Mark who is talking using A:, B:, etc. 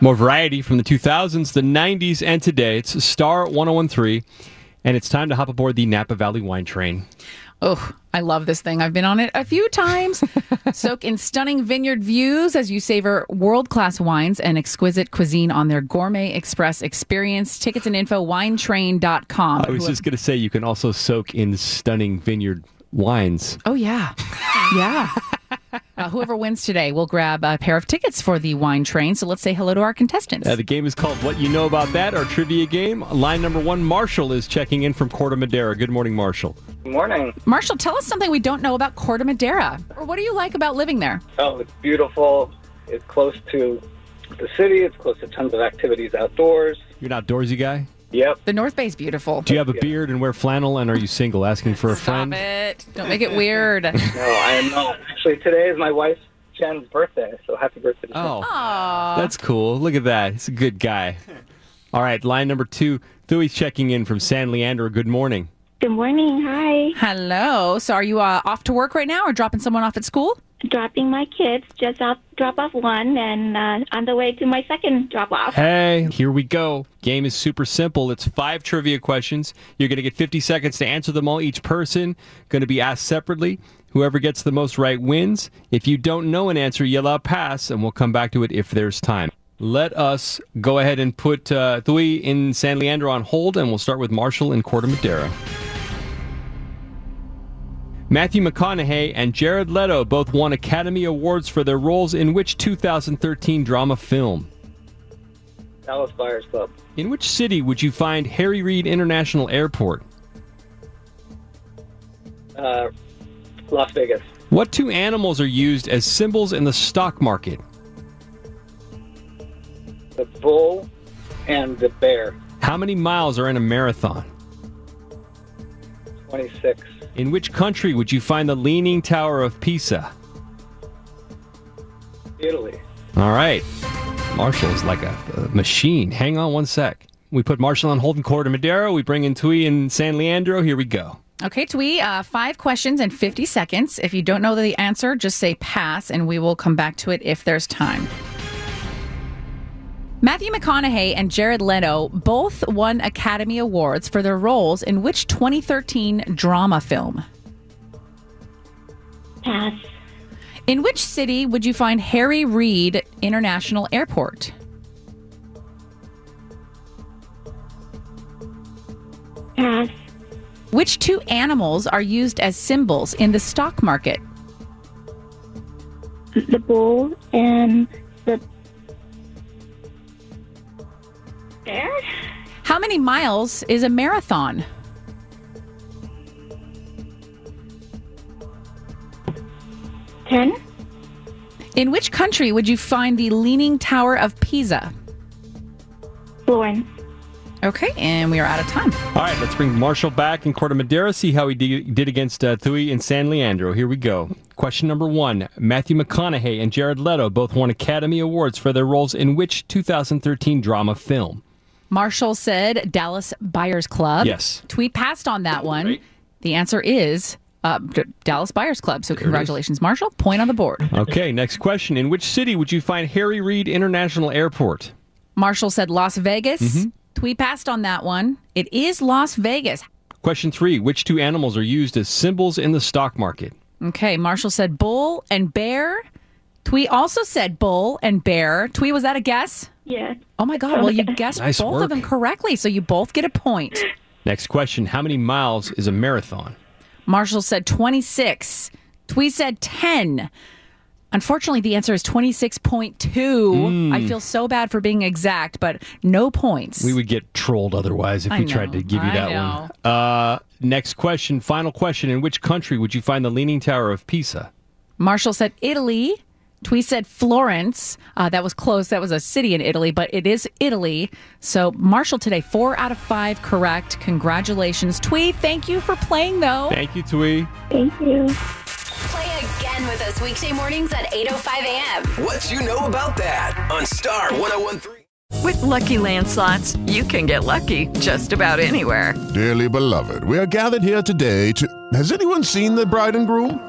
A: More variety from the 2000s, the 90s, and today. It's Star 1013, and it's time to hop aboard the Napa Valley wine train.
B: Oh, I love this thing. I've been on it a few times. Soak in stunning vineyard views as you savor world class wines and exquisite cuisine on their Gourmet Express experience. Tickets and info winetrain.com.
A: I was just going to say you can also soak in stunning vineyard wines.
B: Oh, yeah. Yeah. Uh, whoever wins today will grab a pair of tickets for the wine train. So let's say hello to our contestants.
A: Uh, the game is called What You Know About That, our trivia game. Line number one, Marshall is checking in from Corte Madera. Good morning, Marshall.
C: Good morning.
B: Marshall, tell us something we don't know about Corte Madera. Or what do you like about living there?
C: Oh, it's beautiful. It's close to the city. It's close to tons of activities outdoors.
A: You're an outdoorsy guy?
C: Yep.
B: The North Bay is beautiful.
A: Do you have a beard and wear flannel, and are you single? Asking for a
B: Stop
A: friend?
B: it. Don't make it weird.
C: No, I am not. Actually, today is my wife Jen's birthday, so happy birthday! To
A: Oh, that's cool. Look at that. He's a good guy. All right, line number two, Thui's checking in from San Leandro. Good morning.
D: Good morning. Hi.
B: Hello. So, are you uh, off to work right now or dropping someone off at school?
D: Dropping my kids. Just off, drop off one and uh, on the way to my second drop off.
A: Hey, here we go. Game is super simple. It's five trivia questions. You're going to get 50 seconds to answer them all. Each person going to be asked separately. Whoever gets the most right wins. If you don't know an answer, yell out pass, and we'll come back to it if there's time. Let us go ahead and put uh, Thui in San Leandro on hold, and we'll start with Marshall in Corte Madera. Matthew McConaughey and Jared Leto both won Academy Awards for their roles in which 2013 drama film?
C: Dallas Buyers Club,
A: In which city would you find Harry Reid International Airport?
C: uh, Las Vegas,
A: What two animals are used as symbols in the stock market?
C: the bull and the bear.
A: How many miles are in a marathon?
C: Twenty-six,
A: In which country would you find the Leaning Tower of Pisa?
C: Italy.
A: All right. Marshall is like a, a machine. Hang on one sec. We put Marshall on hold in Corte Madero. We bring in Tui and San Leandro. Here we go.
B: Okay, Twee, uh, five questions in 50 seconds. If you don't know the answer, just say pass, and we will come back to it if there's time. Matthew McConaughey and Jared Leto both won Academy Awards for their roles in which 2013 drama film?
D: Pass.
B: In which city would you find Harry Reid International Airport?
D: Pass.
B: Which two animals are used as symbols in the stock market?
D: The bull and the bear.
B: How many miles is a marathon?
D: Ten.
B: In which country would you find the Leaning Tower of Pisa?
D: Florence.
B: Okay, and we are out of time.
A: All right, let's bring Marshall back in Corte Madera, see how he de- did against uh, Thuy and San Leandro. Here we go. Question number one Matthew McConaughey and Jared Leto both won Academy Awards for their roles in which 2013 drama film?
B: Marshall said Dallas Buyers Club.
A: Yes.
B: Tweet passed on that one. The answer is uh, D- Dallas Buyers Club. So congratulations, Marshall. Point on the board.
A: Okay, next question. In which city would you find Harry Reid International Airport?
B: Marshall said Las Vegas. Tweet passed on that one. It is Las Vegas.
A: Question three Which two animals are used as symbols in the stock market?
B: Okay, Marshall said bull and bear. Tweet also said bull and bear. Tweet, was that a guess?
D: Yes.
B: Oh my God. Well, you guessed
A: Nice
B: both
A: work.
B: of them correctly. So you both get a point.
A: Next question How many miles is a marathon?
B: Marshall said 26. Twee said 10. Unfortunately, the answer is 26.2.
A: Hmm.
B: I feel so bad for being exact, but no points.
A: We would get trolled otherwise if we
B: know,
A: tried to give you
B: I
A: that
B: know.
A: one. Uh, next question, final question. In which country would you find the Leaning Tower of Pisa?
B: Marshall said Italy. Tweet said Florence. Uh, that was close. That was a city in Italy, but it is Italy. So Marshall today, four out of five correct. Congratulations, Tweet. Thank you for playing though.
A: Thank you, Twee.
D: Thank you.
E: Play again with us weekday mornings at 8.05 a.m.
F: What you know about that on Star 1013.
G: With Lucky Land slots, you can get lucky just about anywhere.
H: Dearly beloved, we are gathered here today to. Has anyone seen the bride and groom?